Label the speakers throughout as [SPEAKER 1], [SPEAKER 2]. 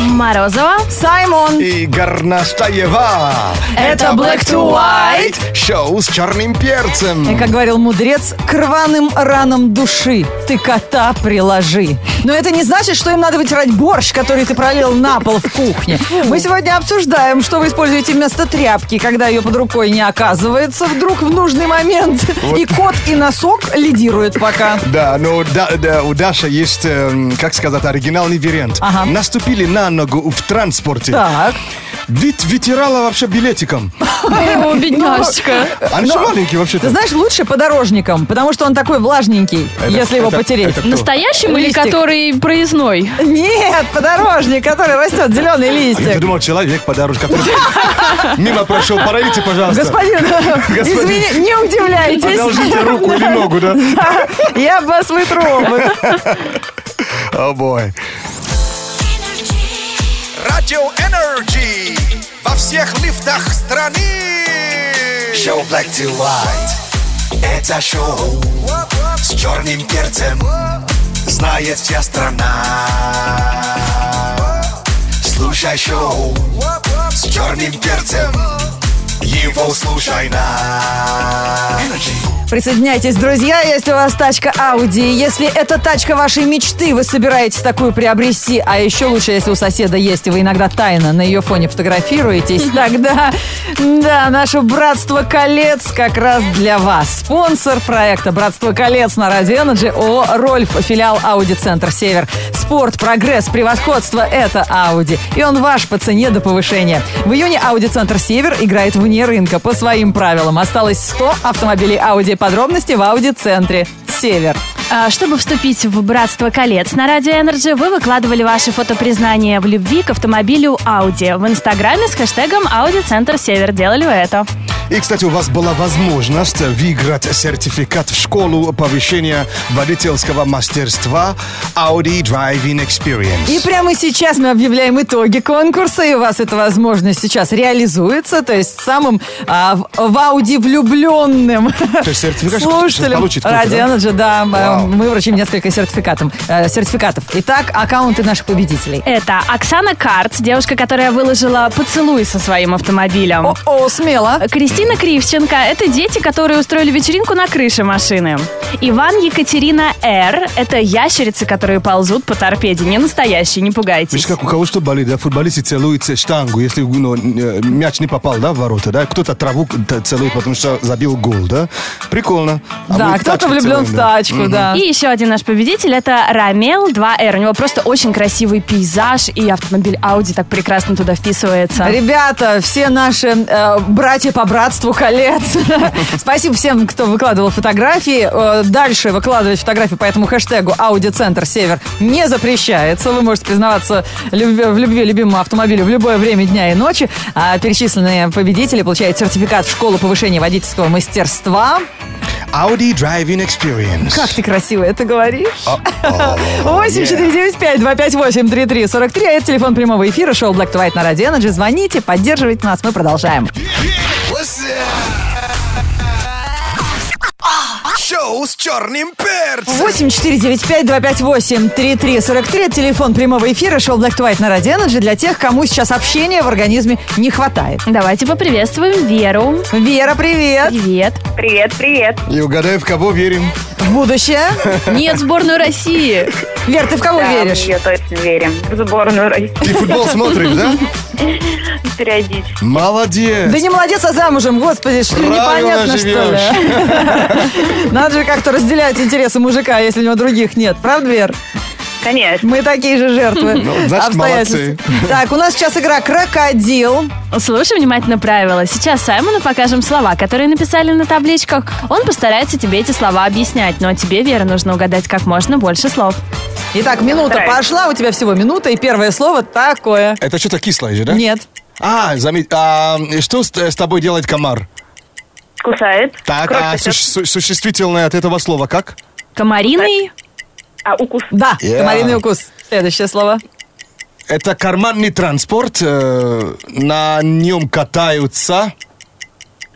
[SPEAKER 1] Морозова.
[SPEAKER 2] Саймон.
[SPEAKER 3] и Горнастаева.
[SPEAKER 1] Это Black to White.
[SPEAKER 3] Шоу с черным перцем.
[SPEAKER 2] И, как говорил мудрец, к рваным ранам души ты кота приложи. Но это не значит, что им надо вытирать борщ, который ты пролил на пол в кухне. Мы сегодня обсуждаем, что вы используете вместо тряпки, когда ее под рукой не оказывается вдруг в нужный момент. И кот, и носок лидируют пока.
[SPEAKER 3] Да, но да, да, у Даши есть, эм, как сказать, оригинальный вариант.
[SPEAKER 2] Ага.
[SPEAKER 3] Наступили на ногу в транспорте.
[SPEAKER 2] Так.
[SPEAKER 3] Ведь вытирала вообще билетиком.
[SPEAKER 1] О, бедняжечка.
[SPEAKER 3] Они же
[SPEAKER 1] Ну,
[SPEAKER 3] маленькие
[SPEAKER 2] Ты
[SPEAKER 3] вообще-то.
[SPEAKER 2] знаешь, лучше подорожником, потому что он такой влажненький, если его
[SPEAKER 3] это-
[SPEAKER 2] потереть.
[SPEAKER 3] это кто?
[SPEAKER 1] Настоящим или
[SPEAKER 2] Листик.
[SPEAKER 1] который проездной?
[SPEAKER 2] Нет, подорожник, который растет, зеленый
[SPEAKER 3] А я
[SPEAKER 2] листик.
[SPEAKER 3] думал, человек по дороге, который мимо прошел. Параите, пожалуйста.
[SPEAKER 2] Господин, извини, не удивляйтесь.
[SPEAKER 3] Одолжите руку или ногу, да?
[SPEAKER 2] Я вас вытру.
[SPEAKER 3] О, бой. Радио Энерджи во всех лифтах страны. Шоу Black to White. Это шоу с черным перцем. Знает вся страна. Слушай шоу с черным перцем. Его слушай на Energy.
[SPEAKER 2] Присоединяйтесь, друзья, если у вас тачка Audi, если это тачка вашей мечты, вы собираетесь такую приобрести, а еще лучше, если у соседа есть, и вы иногда тайно на ее фоне фотографируетесь, тогда, да, наше «Братство колец» как раз для вас. Спонсор проекта «Братство колец» на Радио Energy ООО «Рольф», филиал Audi Центр Север. Спорт, прогресс, превосходство – это Audi. И он ваш по цене до повышения. В июне Audi Центр Север играет вне рынка по своим правилам. Осталось 100 автомобилей Audi. Подробности в Audi Центре Север.
[SPEAKER 1] А, Чтобы вступить в «Братство колец» на Радио Энерджи, вы выкладывали ваши фотопризнания в любви к автомобилю Audi в Инстаграме с хэштегом «Ауди Центр Север». Делали вы это?
[SPEAKER 3] И, кстати, у вас была возможность выиграть сертификат в школу повышения водительского мастерства Audi Driving Experience.
[SPEAKER 2] И прямо сейчас мы объявляем итоги конкурса, и у вас эта возможность сейчас реализуется, то есть самым а, в, в Ауди влюбленным
[SPEAKER 3] То есть сертификат
[SPEAKER 2] слушателям
[SPEAKER 3] получит кто-то,
[SPEAKER 2] Радио
[SPEAKER 3] да?
[SPEAKER 2] Energy, да,
[SPEAKER 3] Вау.
[SPEAKER 2] э, мы вручим несколько сертификатов. э, сертификатов. Итак, аккаунты наших победителей.
[SPEAKER 1] Это Оксана Карц, девушка, которая выложила поцелуй со своим автомобилем.
[SPEAKER 2] О, смело.
[SPEAKER 3] А
[SPEAKER 1] Кристина Кривченко – это дети, которые устроили вечеринку на крыше машины. Иван Екатерина Р. – это ящерицы, которые ползут по торпеде. Не настоящие, не пугайтесь.
[SPEAKER 3] Видишь, как у кого что болит, да? Футболисты целуют штангу, если ну, э, мяч не попал, да, в ворота, да? Кто-то траву т- целует, потому что забил гол, да? Прикольно. А
[SPEAKER 2] да,
[SPEAKER 3] мы
[SPEAKER 2] кто-то
[SPEAKER 3] тачки
[SPEAKER 2] влюблен
[SPEAKER 3] целуем,
[SPEAKER 2] в
[SPEAKER 3] да.
[SPEAKER 2] тачку, да.
[SPEAKER 1] И еще один наш победитель – это Рамел 2R. У него просто очень красивый пейзаж, и автомобиль Audi так прекрасно туда вписывается.
[SPEAKER 2] Ребята, все наши э, братья по братству колец. Спасибо всем, кто выкладывал фотографии. Э, дальше выкладывать фотографии по этому хэштегу Аудиоцентр Север не запрещается. Вы можете признаваться любви- в любви любимому автомобилю в любое время дня и ночи. А перечисленные победители получают сертификат в школу повышения водительского мастерства.
[SPEAKER 3] Audi Driving Experience.
[SPEAKER 2] Как ты красиво это говоришь.
[SPEAKER 3] О,
[SPEAKER 2] 8495-258-3343. А это телефон прямого эфира шоу Black to White на Радио Energy. Звоните, поддерживайте нас, мы продолжаем.
[SPEAKER 3] Шоу с черным перцем.
[SPEAKER 2] 8495-258-3343. Это телефон прямого эфира шоу Black to White на Радио Energy для тех, кому сейчас общения в организме не хватает.
[SPEAKER 1] Давайте поприветствуем Веру.
[SPEAKER 2] Вера, привет!
[SPEAKER 1] Привет.
[SPEAKER 4] Привет, привет.
[SPEAKER 3] И угадай, в кого верим.
[SPEAKER 2] В будущее.
[SPEAKER 1] Нет, сборную России.
[SPEAKER 2] Вер, ты в кого
[SPEAKER 4] Да,
[SPEAKER 2] веришь?
[SPEAKER 4] в нее точно верим. В сборную России
[SPEAKER 3] Ты футбол смотришь, да?
[SPEAKER 4] периодически.
[SPEAKER 3] Молодец.
[SPEAKER 2] Да не молодец, а замужем, господи, что ли,
[SPEAKER 3] Правильно
[SPEAKER 2] непонятно, что ли?
[SPEAKER 3] живешь.
[SPEAKER 2] Надо же как-то разделять интересы мужика, если у него других нет. Правда, Вер?
[SPEAKER 4] Конечно.
[SPEAKER 2] Мы такие же жертвы
[SPEAKER 3] Ну, значит,
[SPEAKER 2] обстоятельств. Так, у нас сейчас игра «Крокодил».
[SPEAKER 1] Слушай внимательно правила. Сейчас Саймону покажем слова, которые написали на табличках. Он постарается тебе эти слова объяснять, но тебе, Вера, нужно угадать как можно больше слов.
[SPEAKER 2] Итак, минута
[SPEAKER 4] Правильно.
[SPEAKER 2] пошла, у тебя всего минута, и первое слово такое.
[SPEAKER 3] Это что-то кислое же, да?
[SPEAKER 2] Нет.
[SPEAKER 3] А, заметь, а, что с, с тобой делает комар?
[SPEAKER 4] Кусает.
[SPEAKER 3] Так,
[SPEAKER 4] Кровь
[SPEAKER 3] а
[SPEAKER 4] сосет.
[SPEAKER 3] суще- су- существительное от этого слова как?
[SPEAKER 1] Комариный.
[SPEAKER 4] А укус.
[SPEAKER 2] Да,
[SPEAKER 3] Yeah.
[SPEAKER 2] комариный укус. Следующее слово.
[SPEAKER 3] Это карманный транспорт, э, на нем катаются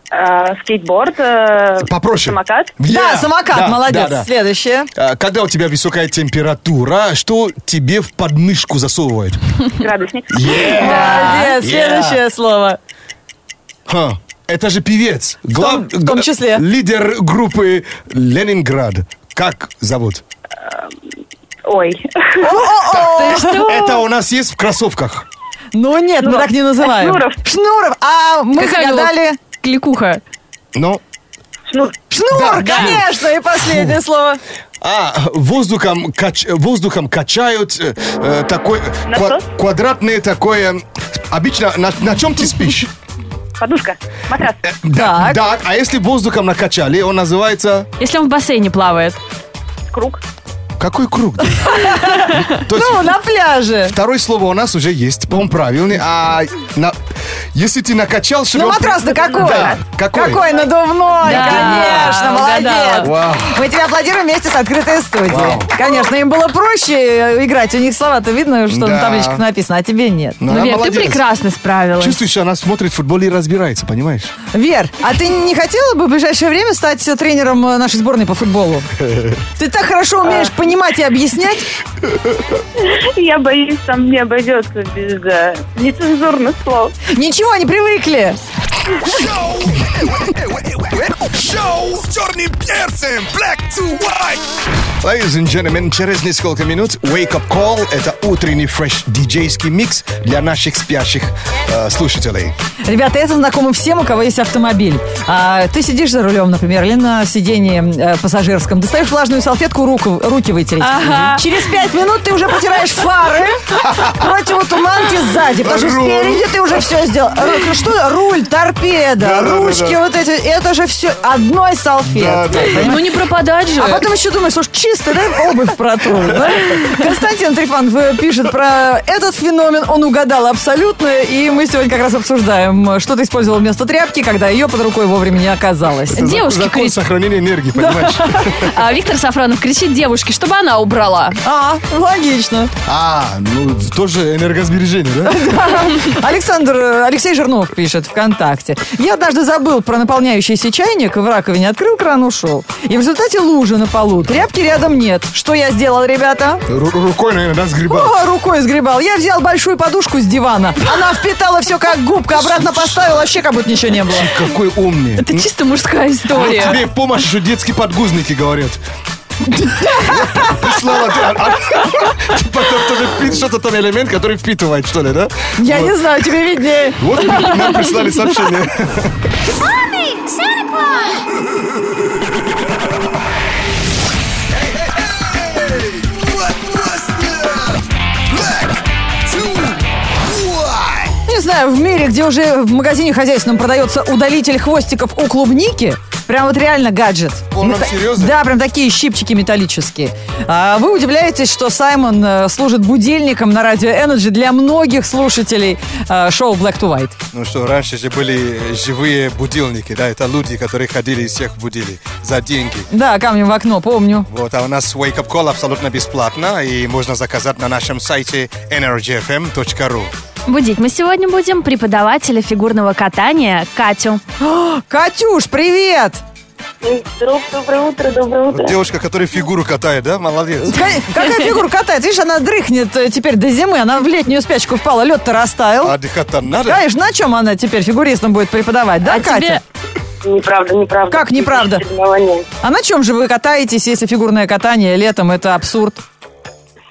[SPEAKER 4] а, скейтборд, э,
[SPEAKER 3] Попроще.
[SPEAKER 4] самокат.
[SPEAKER 2] Да,
[SPEAKER 3] Yeah.
[SPEAKER 2] самокат,
[SPEAKER 3] Да,
[SPEAKER 2] молодец.
[SPEAKER 3] да, да.
[SPEAKER 2] Следующее.
[SPEAKER 3] А, Когда у тебя высокая температура, что тебе в подмышку засовывает?
[SPEAKER 4] Градусник.
[SPEAKER 2] Молодец.
[SPEAKER 3] Yeah.
[SPEAKER 2] Следующее слово.
[SPEAKER 3] Ха, Это же певец. Глав-
[SPEAKER 2] в том числе.
[SPEAKER 3] Лидер группы Ленинград. Как зовут?
[SPEAKER 4] Ой.
[SPEAKER 2] Ты что?
[SPEAKER 3] Это у нас есть в кроссовках.
[SPEAKER 2] Ну нет, мы
[SPEAKER 4] Шнуров.
[SPEAKER 2] так не называем.
[SPEAKER 4] Шнуров.
[SPEAKER 2] Шнуров. А мы
[SPEAKER 1] Какая у него
[SPEAKER 2] загадали...
[SPEAKER 1] Кликуха.
[SPEAKER 3] Но...
[SPEAKER 4] Шнур.
[SPEAKER 2] Шнур,
[SPEAKER 3] Да,
[SPEAKER 2] конечно. И последнее слово.
[SPEAKER 3] А, воздухом, кач- воздухом качают э, э, такой...
[SPEAKER 4] Насос?
[SPEAKER 3] квадратные такое... Обычно на, на чем ты спишь?
[SPEAKER 4] Подушка. Матрас.
[SPEAKER 2] Э-
[SPEAKER 3] Да,
[SPEAKER 2] Так.
[SPEAKER 3] да. А если воздухом накачали, он называется...
[SPEAKER 1] Если он в бассейне плавает.
[SPEAKER 4] Круг.
[SPEAKER 3] Какой круг? То есть
[SPEAKER 2] Ну, на пляже.
[SPEAKER 3] второе слово у нас уже есть, он правильный. А на- если ты накачал... чтобы
[SPEAKER 2] Ну,
[SPEAKER 3] он-
[SPEAKER 2] матрас-то какой?
[SPEAKER 3] Да, какой?
[SPEAKER 2] Какой надувной,
[SPEAKER 1] Да,
[SPEAKER 2] конечно,
[SPEAKER 1] угадала.
[SPEAKER 2] молодец.
[SPEAKER 3] Вау.
[SPEAKER 2] Мы тебе аплодируем вместе с открытой студией.
[SPEAKER 3] Вау.
[SPEAKER 2] Конечно, им было проще играть. У них слова-то видно, что на
[SPEAKER 3] Да.
[SPEAKER 2] табличках написано, а тебе нет.
[SPEAKER 3] Ну,
[SPEAKER 1] ну,
[SPEAKER 3] она
[SPEAKER 1] Вер,
[SPEAKER 3] молодец.
[SPEAKER 1] ты прекрасно справилась.
[SPEAKER 3] Чувствуешь, она смотрит футбол и разбирается, понимаешь?
[SPEAKER 2] Вер, а ты не хотела бы в ближайшее время стать тренером э, нашей сборной по футболу? Ты так хорошо умеешь понимать и объяснять.
[SPEAKER 4] Я боюсь, там не обойдется без э, нецензурных слов.
[SPEAKER 2] Ничего, они привыкли.
[SPEAKER 5] Шоу с черным перцем. Black to white.
[SPEAKER 3] Ladies and gentlemen, через несколько минут Wake Up Call – это утренний фреш диджейский микс для наших спящих э, слушателей.
[SPEAKER 2] Ребята, это знакомо всем, у кого есть автомобиль. А, ты сидишь за рулем, например, или на сидении э, пассажирском, достаешь влажную салфетку, руку, руки вытереть.
[SPEAKER 1] Ага.
[SPEAKER 2] Через пять минут ты уже потираешь фары, противотуманки сзади, потому что
[SPEAKER 3] Руль.
[SPEAKER 2] спереди ты уже все сделал. Ру- Что? Руль, торпеда,
[SPEAKER 3] Да-да-да-да.
[SPEAKER 2] ручки вот эти, это же все одной салфетки.
[SPEAKER 1] Ну не пропадать же.
[SPEAKER 2] А потом еще думаешь, уж чисто, да, обувь протру. да? Константин Трифанов э, пишет про этот феномен, он угадал абсолютно, и мы сегодня как раз обсуждаем, э, что ты использовал вместо тряпки, когда ее под рукой вовремя не оказалось.
[SPEAKER 1] Девушки
[SPEAKER 3] Закон
[SPEAKER 1] кричат.
[SPEAKER 3] сохранения энергии, понимаешь?
[SPEAKER 1] А Виктор Сафронов кричит девушке, чтобы она убрала.
[SPEAKER 2] А, логично.
[SPEAKER 3] А, ну, тоже энергосбережение, да?
[SPEAKER 2] Александр, э, Алексей Жирнов пишет ВКонтакте. Я однажды забыл про наполняющийся чайник, в раковине открыл кран, ушел. И в результате лужи на полу, тряпки рядом нет. Что я сделал, ребята?
[SPEAKER 3] Ру- Рукой, наверное, да, сгребал.
[SPEAKER 2] О, рукой сгребал. Я взял большую подушку с дивана. Она впитала все как губка, обратно поставила, вообще как будто ничего не было.
[SPEAKER 3] Какой умный.
[SPEAKER 1] Это чисто мужская
[SPEAKER 3] Вот
[SPEAKER 1] история.
[SPEAKER 3] тебе в помощь еще детские подгузники говорят. Прислала ты, а- а- типа, там тоже впит- что-то там элемент, который впитывает, что ли, да?
[SPEAKER 2] Я
[SPEAKER 3] Вот.
[SPEAKER 2] не знаю, тебе виднее.
[SPEAKER 3] Вот нам прислали сообщение.
[SPEAKER 5] What was that? Black to white.
[SPEAKER 2] Не знаю, в мире, где уже в магазине хозяйственном продается удалитель хвостиков у клубники, прям вот реально гаджет.
[SPEAKER 3] Он нам
[SPEAKER 2] Мета-
[SPEAKER 3] серьезно?
[SPEAKER 2] Да, прям такие щипчики металлические. А вы удивляетесь, что Саймон э, служит будильником на радио Energy для многих слушателей э, шоу Black to White.
[SPEAKER 6] Ну что, раньше же были живые будильники, да, это люди, которые ходили и всех будили за деньги.
[SPEAKER 2] Да, камнем в окно, помню.
[SPEAKER 6] Вот, а у нас Wake Up Call абсолютно бесплатно, и можно заказать на нашем сайте energyfm.ru.
[SPEAKER 1] Будить мы сегодня будем преподавателя фигурного катания Катю.
[SPEAKER 2] Катюш, привет!
[SPEAKER 4] Доброе утро, доброе утро.
[SPEAKER 6] Девушка, которая фигуру катает, да, молодец.
[SPEAKER 2] Ка- Какая фигура катает? Видишь, она дрыхнет э, теперь до зимы. Она в летнюю спячку впала, лед-то растаял.
[SPEAKER 6] А
[SPEAKER 3] А
[SPEAKER 6] Отдыхать-то надо.
[SPEAKER 2] Конечно, на чем она теперь фигуристам будет преподавать, да,
[SPEAKER 1] а
[SPEAKER 2] Катя?
[SPEAKER 1] тебе
[SPEAKER 4] Неправда, неправда.
[SPEAKER 2] Как неправда?
[SPEAKER 4] Соревнования.
[SPEAKER 2] А на чем же вы катаетесь, если фигурное катание летом это абсурд?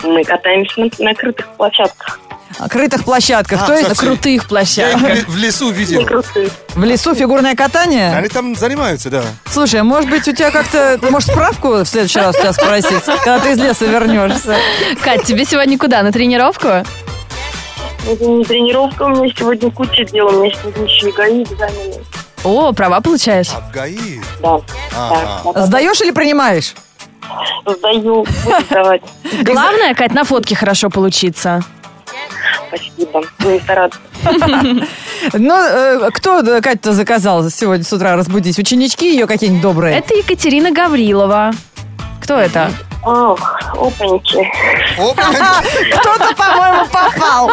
[SPEAKER 4] Мы катаемся на, на крытых площадках.
[SPEAKER 2] На крытых площадках. То
[SPEAKER 1] на
[SPEAKER 2] есть
[SPEAKER 1] крутых
[SPEAKER 6] Я их в
[SPEAKER 1] площадках.
[SPEAKER 6] ле- в лесу
[SPEAKER 4] Не
[SPEAKER 6] видел.
[SPEAKER 4] крутые.
[SPEAKER 2] в лесу фигурное катание?
[SPEAKER 6] Они там занимаются, да.
[SPEAKER 2] Слушай, а может быть, у тебя как-то... Может, справку в следующий раз у тебя спросить, когда ты из леса вернешься?
[SPEAKER 1] Кать, тебе сегодня куда? На тренировку?
[SPEAKER 4] Это не тренировка, у меня сегодня куча дел, у меня сегодня еще и ГАИ экзамены.
[SPEAKER 1] О, права получаешь.
[SPEAKER 6] А в ГАИ?
[SPEAKER 4] Да,
[SPEAKER 6] Ага.
[SPEAKER 4] да, да,
[SPEAKER 2] Сдаешь или принимаешь?
[SPEAKER 4] да, сдаю, буду сдавать.
[SPEAKER 1] Главное, Кать, на фотке хорошо получиться.
[SPEAKER 4] Спасибо, буду стараться.
[SPEAKER 2] Ну, э, кто, э, Катя-то заказал сегодня с утра разбудить? Ученички ее какие-нибудь
[SPEAKER 3] Э.
[SPEAKER 2] добрые?
[SPEAKER 1] Это Екатерина Гаврилова. Кто это?
[SPEAKER 4] Ох, опаньки.
[SPEAKER 6] Опа!
[SPEAKER 2] Кто-то, по-моему, попал.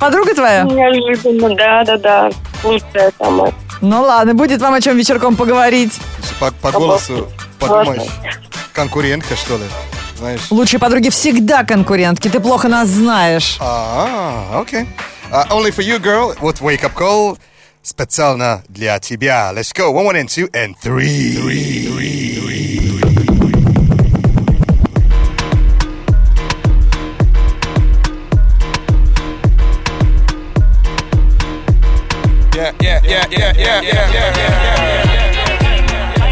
[SPEAKER 2] Подруга твоя?
[SPEAKER 4] Неожиданно, да, да, да. Лучшая самая.
[SPEAKER 2] Ну ладно, будет вам о чем вечерком поговорить.
[SPEAKER 6] По, по голосу подумаешь. Конкурентка, что ли? Знаешь?
[SPEAKER 2] Лучшие подруги всегда конкурентки, ты плохо нас знаешь.
[SPEAKER 6] А, окей. А, only for you, girl. Вот wake up call. Специально для тебя. Let's go. One, one, and two, and three.
[SPEAKER 5] Yeah, yeah, yeah, yeah, yeah, yeah, yeah, yeah, yeah.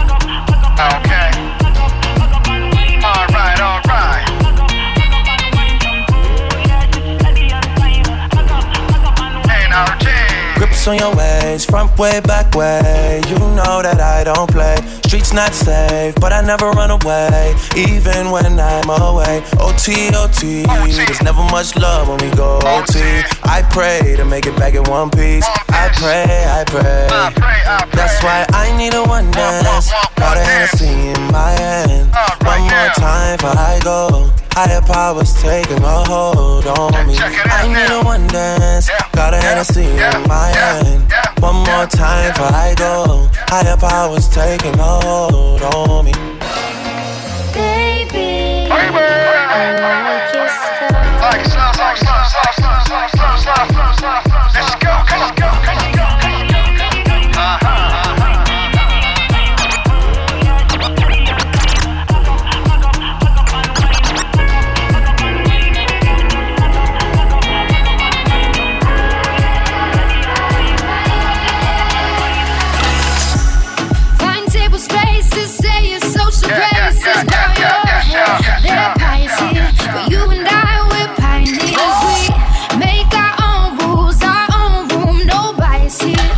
[SPEAKER 7] Okay. All right, all right. NRG.
[SPEAKER 8] Grips on your ways, front way, back way. You know that I don't play. Streets not safe, but I never run away. Even when I'm away. OT, OT. There's never much love when we go OT. I pray to make it back in one piece. I pray, I
[SPEAKER 7] I
[SPEAKER 8] pray.
[SPEAKER 7] pray, I pray.
[SPEAKER 8] That's why I need a one dance. Got a Hennessy in my hand. One more time before I go. Higher powers taking a hold on me.
[SPEAKER 7] Check it out
[SPEAKER 8] I need
[SPEAKER 7] now.
[SPEAKER 8] a one dance.
[SPEAKER 7] Yeah,
[SPEAKER 8] Got a
[SPEAKER 7] yeah,
[SPEAKER 8] Hennessy
[SPEAKER 7] yeah,
[SPEAKER 8] in my
[SPEAKER 7] yeah,
[SPEAKER 8] hand.
[SPEAKER 7] yeah,
[SPEAKER 8] One
[SPEAKER 7] yeah,
[SPEAKER 8] more time before I go. Higher powers taking a hold on me.
[SPEAKER 7] Like slow, slow, slow, slow, slow, slow, slow, slow, slow, slow, slow. Let's go, come on, go, come on, go, come on, go, come on. Uh-huh,
[SPEAKER 9] Find table space to say your social
[SPEAKER 7] Yeah, yeah,
[SPEAKER 9] graces.
[SPEAKER 7] yeah, yeah,
[SPEAKER 9] Bow your
[SPEAKER 7] yeah, yeah, yeah, yeah,
[SPEAKER 9] head. They're pious
[SPEAKER 7] yeah,
[SPEAKER 9] here,
[SPEAKER 7] yeah, Oh.
[SPEAKER 9] but you and I, we're pioneers. We make our own rules, our own room. Nobody's here.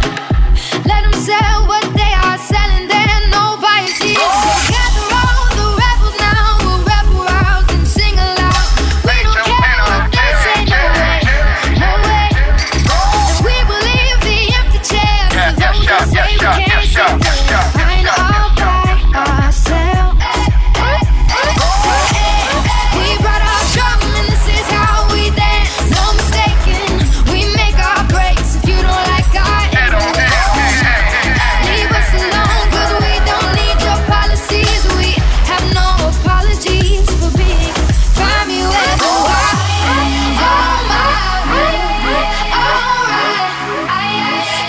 [SPEAKER 9] Let them sell what they are selling, then nobody's here.
[SPEAKER 7] Oh.
[SPEAKER 9] So gather all the rebels now, we'll rebel rouse and sing aloud. We
[SPEAKER 7] They
[SPEAKER 9] don't
[SPEAKER 7] don't
[SPEAKER 9] care what they
[SPEAKER 7] care,
[SPEAKER 9] say, no
[SPEAKER 7] care,
[SPEAKER 9] way,
[SPEAKER 7] care,
[SPEAKER 9] no
[SPEAKER 7] care,
[SPEAKER 9] way.
[SPEAKER 7] care.
[SPEAKER 9] And we will leave the empty chairs
[SPEAKER 7] Yeah,
[SPEAKER 9] of
[SPEAKER 7] yeah,
[SPEAKER 9] those
[SPEAKER 7] yeah,
[SPEAKER 9] who say we
[SPEAKER 7] yeah,
[SPEAKER 9] can't
[SPEAKER 7] yeah,
[SPEAKER 9] sing.
[SPEAKER 7] yeah, yeah,
[SPEAKER 9] Fine,
[SPEAKER 7] yeah,
[SPEAKER 9] all by ourselves. We brought our drum and this is how we dance. No mistaking, we make our breaks. If you don't like our
[SPEAKER 7] Hey, don't, hey, hey, hey, hey, hey.
[SPEAKER 9] leave us alone 'cause we don't need your policies. We have no apologies for being. Find me where the wild, all my way, alright.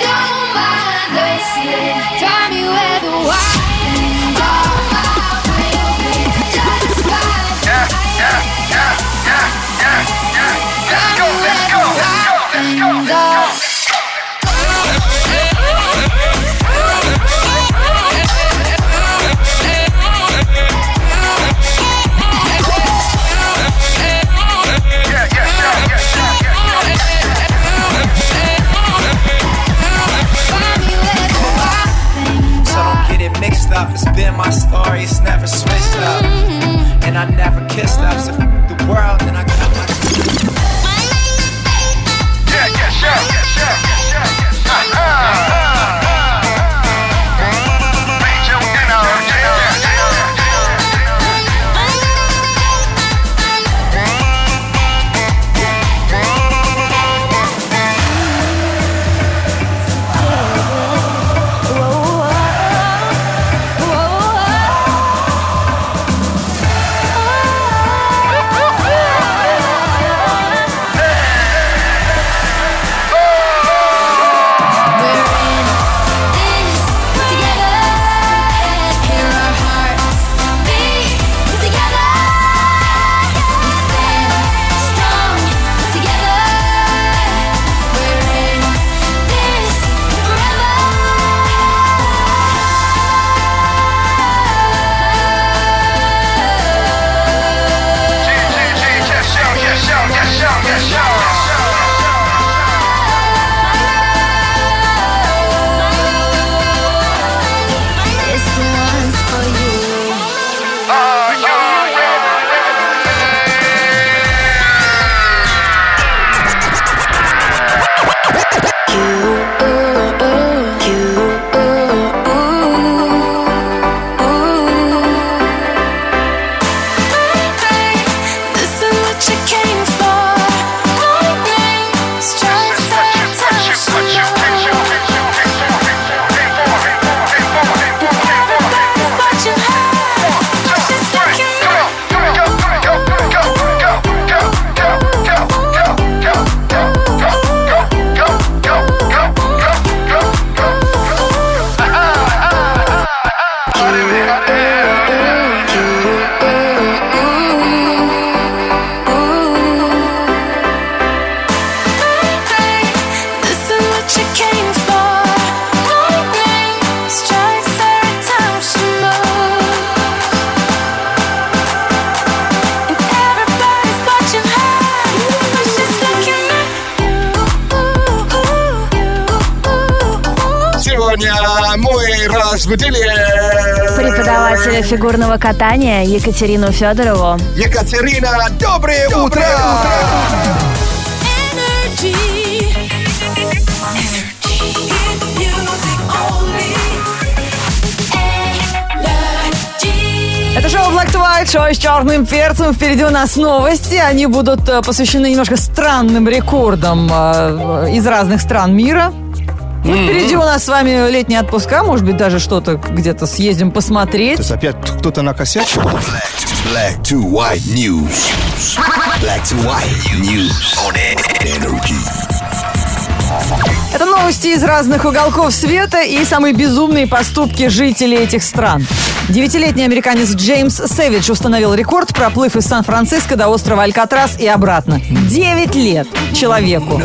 [SPEAKER 9] Don't mind us, yeah. Find me where the wild, all my way will be just fine.
[SPEAKER 7] Yeah, yeah, yeah, yeah, yeah, yeah. Let's go, let's go, let's go, let's go, let's go. Yeah, yeah, yeah, yeah, yeah, yeah.
[SPEAKER 9] Find me where the wild things
[SPEAKER 8] So
[SPEAKER 9] are.
[SPEAKER 8] don't get it mixed up. It's been my story, it's never switched up. And I never kissed up. So f- the world, then I got my.
[SPEAKER 7] Yeah, yeah, yeah, yeah, yeah, yeah, yeah. Uh-huh, uh-huh. Major NRG, yeah, yeah, yeah, yeah.
[SPEAKER 9] We're in
[SPEAKER 3] Сегодня мы разбудили
[SPEAKER 1] Преподавателя фигурного катания Екатерину Федорову.
[SPEAKER 3] Екатерина. Доброе, утро.
[SPEAKER 2] Это шоу Black to White, шоу с черным перцем. Впереди у нас новости. Они будут э, посвящены немножко странным рекордам э, из разных стран мира. Ну, впереди у нас с вами летние отпуска, может быть, даже что-то где-то съездим посмотреть.
[SPEAKER 3] То есть опять кто-то накосячил?
[SPEAKER 5] Black to white news. Black to white news on energy.
[SPEAKER 2] Это новости из разных уголков света и самые безумные поступки жителей этих стран. Девятилетний американец Джеймс Сэвидж установил рекорд, проплыв из Сан-Франциско до острова Алькатрас и обратно. Девять лет человеку.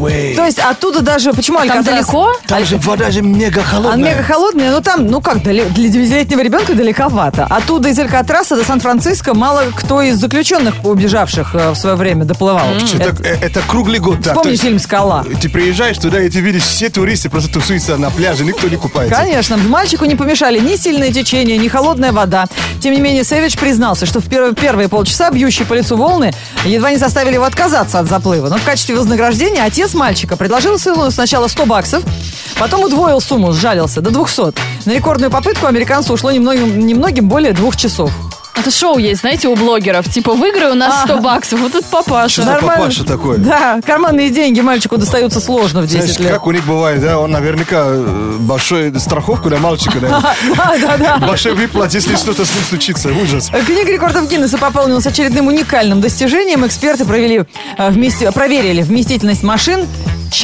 [SPEAKER 2] То есть оттуда даже... Почему
[SPEAKER 1] Там
[SPEAKER 2] Алькатрас?
[SPEAKER 1] далеко?
[SPEAKER 2] Аль-
[SPEAKER 5] же вода же мега
[SPEAKER 2] Он
[SPEAKER 5] холодная.
[SPEAKER 2] А мега холодный, но там, ну как, дале- для девятилетнего ребенка далековато. Оттуда из Алькатраса до Сан-Франциско мало кто из заключенных, убежавших э, в свое время, доплывал. Это-
[SPEAKER 3] Это, э, это круглый год. да. То
[SPEAKER 2] Вспомни
[SPEAKER 3] есть
[SPEAKER 2] фильм «Скала».
[SPEAKER 3] Ты приезжаешь туда, и ты видишь, все туристы просто тусуются на пляже, никто не купается.
[SPEAKER 2] Конечно, мальчику не помешали ни сильное течение, ни холодная вода. Тем не менее, Севич признался, что в пер- первые полчаса бьющие по лицу волны едва не заставили его отказаться от заплыва. Но в качестве вознаграждения отец мальчика предложил сыну сначала 100 баксов, потом удвоил сумму, сжалился, до 200. На рекордную попытку американцу ушло немногим, немногим более двух часов.
[SPEAKER 10] Это шоу есть, знаете, у блогеров. Типа, выиграй у нас 100 баксов, вот тут папаша.
[SPEAKER 3] за папаша такой?
[SPEAKER 2] Да, карманные деньги мальчику достаются сложно в 10
[SPEAKER 3] Знаешь,
[SPEAKER 2] лет.
[SPEAKER 3] как у них бывает, да? Он наверняка э, большой страховку для мальчика, да?
[SPEAKER 2] Да, А, да, да.
[SPEAKER 3] Большой выплат, если что-то с ним случится. Ужас.
[SPEAKER 2] Книга рекордов Гиннесса пополнилась очередным уникальным достижением. Эксперты провели, э, вместе, проверили вместительность машин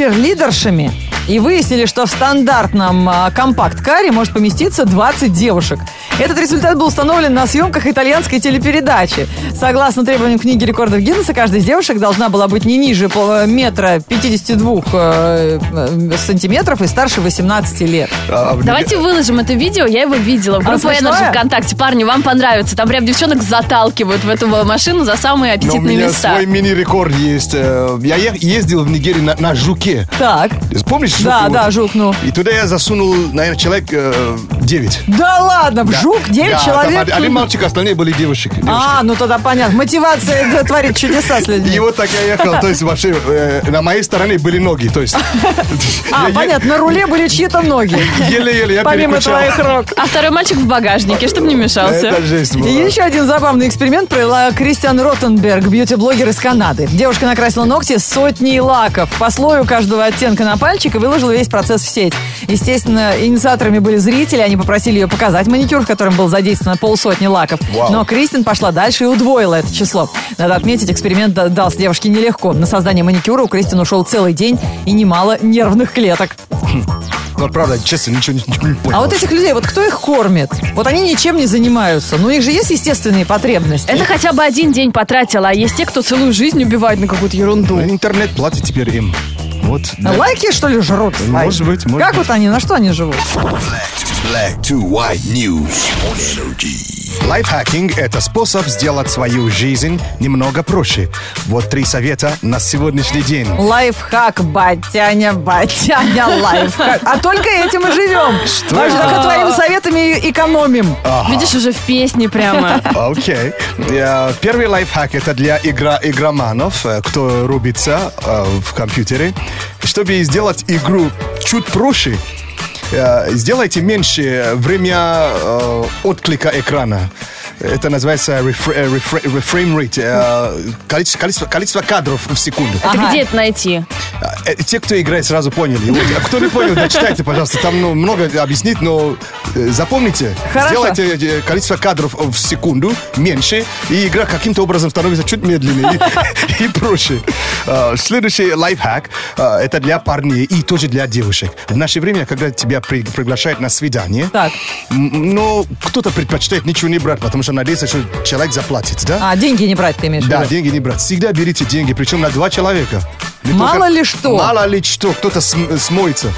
[SPEAKER 2] черлидершами и выяснили, что в стандартном э, компакт-каре может поместиться 20 девушек. Этот результат был установлен на съемках итальянской телепередачи. Согласно требованиям книги рекордов Гиннесса, каждая из девушек должна была быть не ниже пол- э, метра 52 э, э, сантиметров и старше 18 лет.
[SPEAKER 3] А, в-
[SPEAKER 10] Давайте выложим это видео, я его видела. В
[SPEAKER 2] Оно
[SPEAKER 10] группе
[SPEAKER 2] смешное?
[SPEAKER 10] Energy ВКонтакте. Парни, вам понравится. Там прям девчонок заталкивают в эту машину за самые
[SPEAKER 3] Но у
[SPEAKER 10] аппетитные
[SPEAKER 3] меня
[SPEAKER 10] места.
[SPEAKER 3] свой мини-рекорд есть. Э, Я е- ездил в Нигерию на, на жуке.
[SPEAKER 2] Так.
[SPEAKER 3] Помнишь? жук
[SPEAKER 2] Да,
[SPEAKER 3] его?
[SPEAKER 2] да, жук, ну.
[SPEAKER 3] И туда я засунул, наверное, человек э, 9.
[SPEAKER 2] Да ладно, в жук 9 человек.
[SPEAKER 3] один мальчик, а остальные были девушек. девушки.
[SPEAKER 2] А, ну тогда понятно. Мотивация да, творит чудеса с
[SPEAKER 3] И
[SPEAKER 2] людьми.
[SPEAKER 3] вот так я ехал, то есть вообще э, на моей стороне были ноги, то есть
[SPEAKER 2] А,
[SPEAKER 3] я-
[SPEAKER 2] понятно, на руле были чьи-то ноги.
[SPEAKER 3] еле-еле я
[SPEAKER 2] Помимо
[SPEAKER 3] переключал.
[SPEAKER 2] твоих рук.
[SPEAKER 10] А второй мальчик в багажнике, чтобы не мешался.
[SPEAKER 3] Это жесть
[SPEAKER 2] И
[SPEAKER 3] была.
[SPEAKER 2] еще один забавный эксперимент провела Кристиан Ротенберг, бьюти-блогер из Канады. Девушка накрасила ногти сотней лаков по слою каждого оттенка на пальчик и выложила весь процесс в сеть. Естественно, инициаторами были зрители, они попросили ее показать маникюр, в котором было задействовано полсотни лаков. Но Кристин пошла дальше и удвоила это число. Надо отметить, эксперимент да- дался девушке нелегко. На создание маникюра у Кристин ушел целый день и немало нервных клеток.
[SPEAKER 3] Вот правда, честно, ничего не- ничего не
[SPEAKER 2] А
[SPEAKER 3] понял.
[SPEAKER 2] вот этих людей, вот кто их кормит? Вот они ничем не занимаются. Ну, у них же есть естественные потребности.
[SPEAKER 10] Это хотя бы один день потратила, а есть те, кто целую жизнь убивает на какую-то ерунду.
[SPEAKER 3] Интернет платит теперь им. Вот. да.
[SPEAKER 2] Лайки, что ли, жрут?
[SPEAKER 3] Может быть, может
[SPEAKER 2] Как
[SPEAKER 3] быть.
[SPEAKER 2] вот они, на что они живут?
[SPEAKER 5] Black to white news on energy.
[SPEAKER 3] Лайфхакинг – это способ сделать свою жизнь немного проще. Вот три совета на сегодняшний день.
[SPEAKER 2] Лайфхак, батяня, батяня, лайфхак. А только этим и живем. Что? только твоими советами и экономим.
[SPEAKER 3] А.
[SPEAKER 10] Видишь, уже в песне прямо.
[SPEAKER 3] Окей. Э, Первый лайфхак – это для игра игроманов, э, кто рубится э, в компьютере. Чтобы сделать игру чуть проще, э, сделайте меньше время э, отклика экрана. Это называется рефр- э, рефр- reframe rate, э, количество, количество, количество кадров в секунду.
[SPEAKER 10] Это где это найти?
[SPEAKER 3] Э, Те, кто играет, сразу поняли. Вот, а кто не понял, дочитайте, пожалуйста. Там ну, много объяснить, но э, запомните,
[SPEAKER 2] Хорошо.
[SPEAKER 3] сделайте э, количество кадров в секунду меньше, и игра каким-то образом становится чуть медленнее и, и проще. Э, Следующий лайфхак э, это для парней и тоже для девушек. В наше время, когда тебя при- приглашают на свидание,
[SPEAKER 2] Так.
[SPEAKER 3] м, но кто-то предпочитает ничего не брать, потому что надеется, что человек заплатит, да?
[SPEAKER 2] А, деньги не брать ты имеешь в
[SPEAKER 3] Да,
[SPEAKER 2] виду?
[SPEAKER 3] деньги не брать. Всегда берите деньги, причем на два человека. Не
[SPEAKER 2] Мало ли что.
[SPEAKER 3] Мало ли что, кто-то см- э, смоется.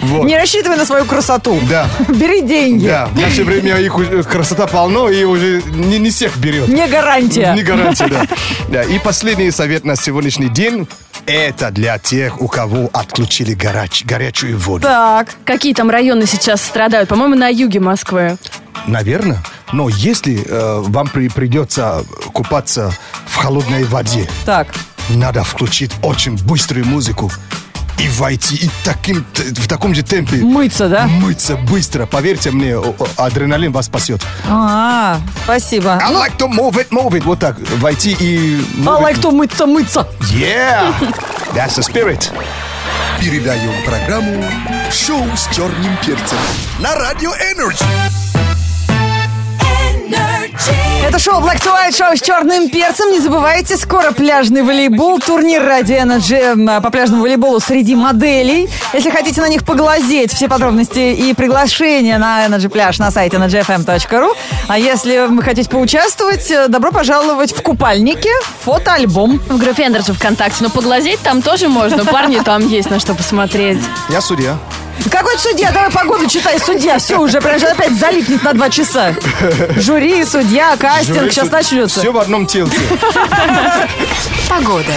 [SPEAKER 3] Вот.
[SPEAKER 2] Не рассчитывай на свою красоту.
[SPEAKER 3] Да,
[SPEAKER 2] Бери деньги.
[SPEAKER 3] да. В наше время их уже- красота полно, и уже не, не всех берет.
[SPEAKER 2] Не гарантия.
[SPEAKER 3] Не гарантия, да. да. И последний совет на сегодняшний день. Это для тех, у кого отключили горач- горячую воду.
[SPEAKER 2] Так.
[SPEAKER 10] Какие там районы сейчас страдают? По-моему, на юге Москвы.
[SPEAKER 3] Наверное. Но если э, вам при- придется купаться в холодной воде,
[SPEAKER 2] Так.
[SPEAKER 3] надо включить очень быструю музыку и войти и таким, т- в таком же темпе
[SPEAKER 2] Мыться, да?
[SPEAKER 3] мыться быстро. Поверьте мне, о- о, адреналин вас спасет.
[SPEAKER 2] А, спасибо.
[SPEAKER 3] I like to move it, move it. Вот так. Войти и...
[SPEAKER 2] А
[SPEAKER 3] move
[SPEAKER 2] лайк
[SPEAKER 3] it.
[SPEAKER 2] то мыться, мыться.
[SPEAKER 3] Yeah! That's the spirit.
[SPEAKER 5] Передаем программу «Шоу с черным перцем» на Радио Энерджи.
[SPEAKER 2] Это шоу Black to White, шоу с черным перцем. Не забывайте, скоро пляжный волейбол, турнир ради Energy а, по пляжному волейболу среди моделей. Если хотите на них поглазеть, все подробности и приглашения на Energy пляж на сайте energyfm.ru. А если вы хотите поучаствовать, э, добро пожаловать в купальнике, фотоальбом.
[SPEAKER 10] В группе Энерджи ВКонтакте. Но поглазеть там тоже можно. Парни там есть на что посмотреть.
[SPEAKER 3] Я судья.
[SPEAKER 2] Какой ты судья? Давай погоду читай, судья. Все уже, прям же опять залипнет на два часа. Жюри, судья, кастинг, сейчас начнется.
[SPEAKER 3] Все в одном телце.
[SPEAKER 11] Погода.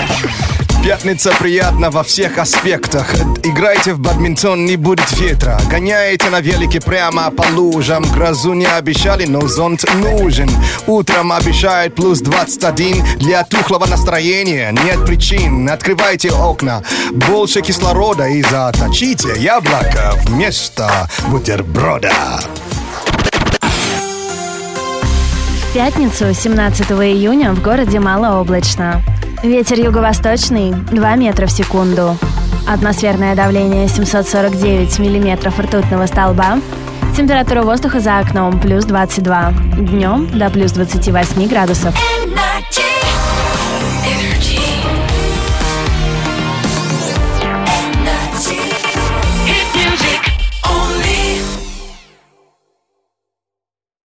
[SPEAKER 3] Пятница приятна во всех аспектах. Играйте в бадминтон, не будет ветра. Гоняете на велике прямо по лужам. Грозу не обещали, но зонт нужен. Утром обещает плюс 21. Для тухлого настроения нет причин. Открывайте окна, больше кислорода и заточите яблоко вместо бутерброда.
[SPEAKER 1] В пятницу, 17 июня, в городе малооблачно. Ветер юго-восточный 2 метра в секунду. Атмосферное давление 749 миллиметров ртутного столба. Температура воздуха за окном плюс 22. Днем до плюс 28 градусов.
[SPEAKER 9] Energy.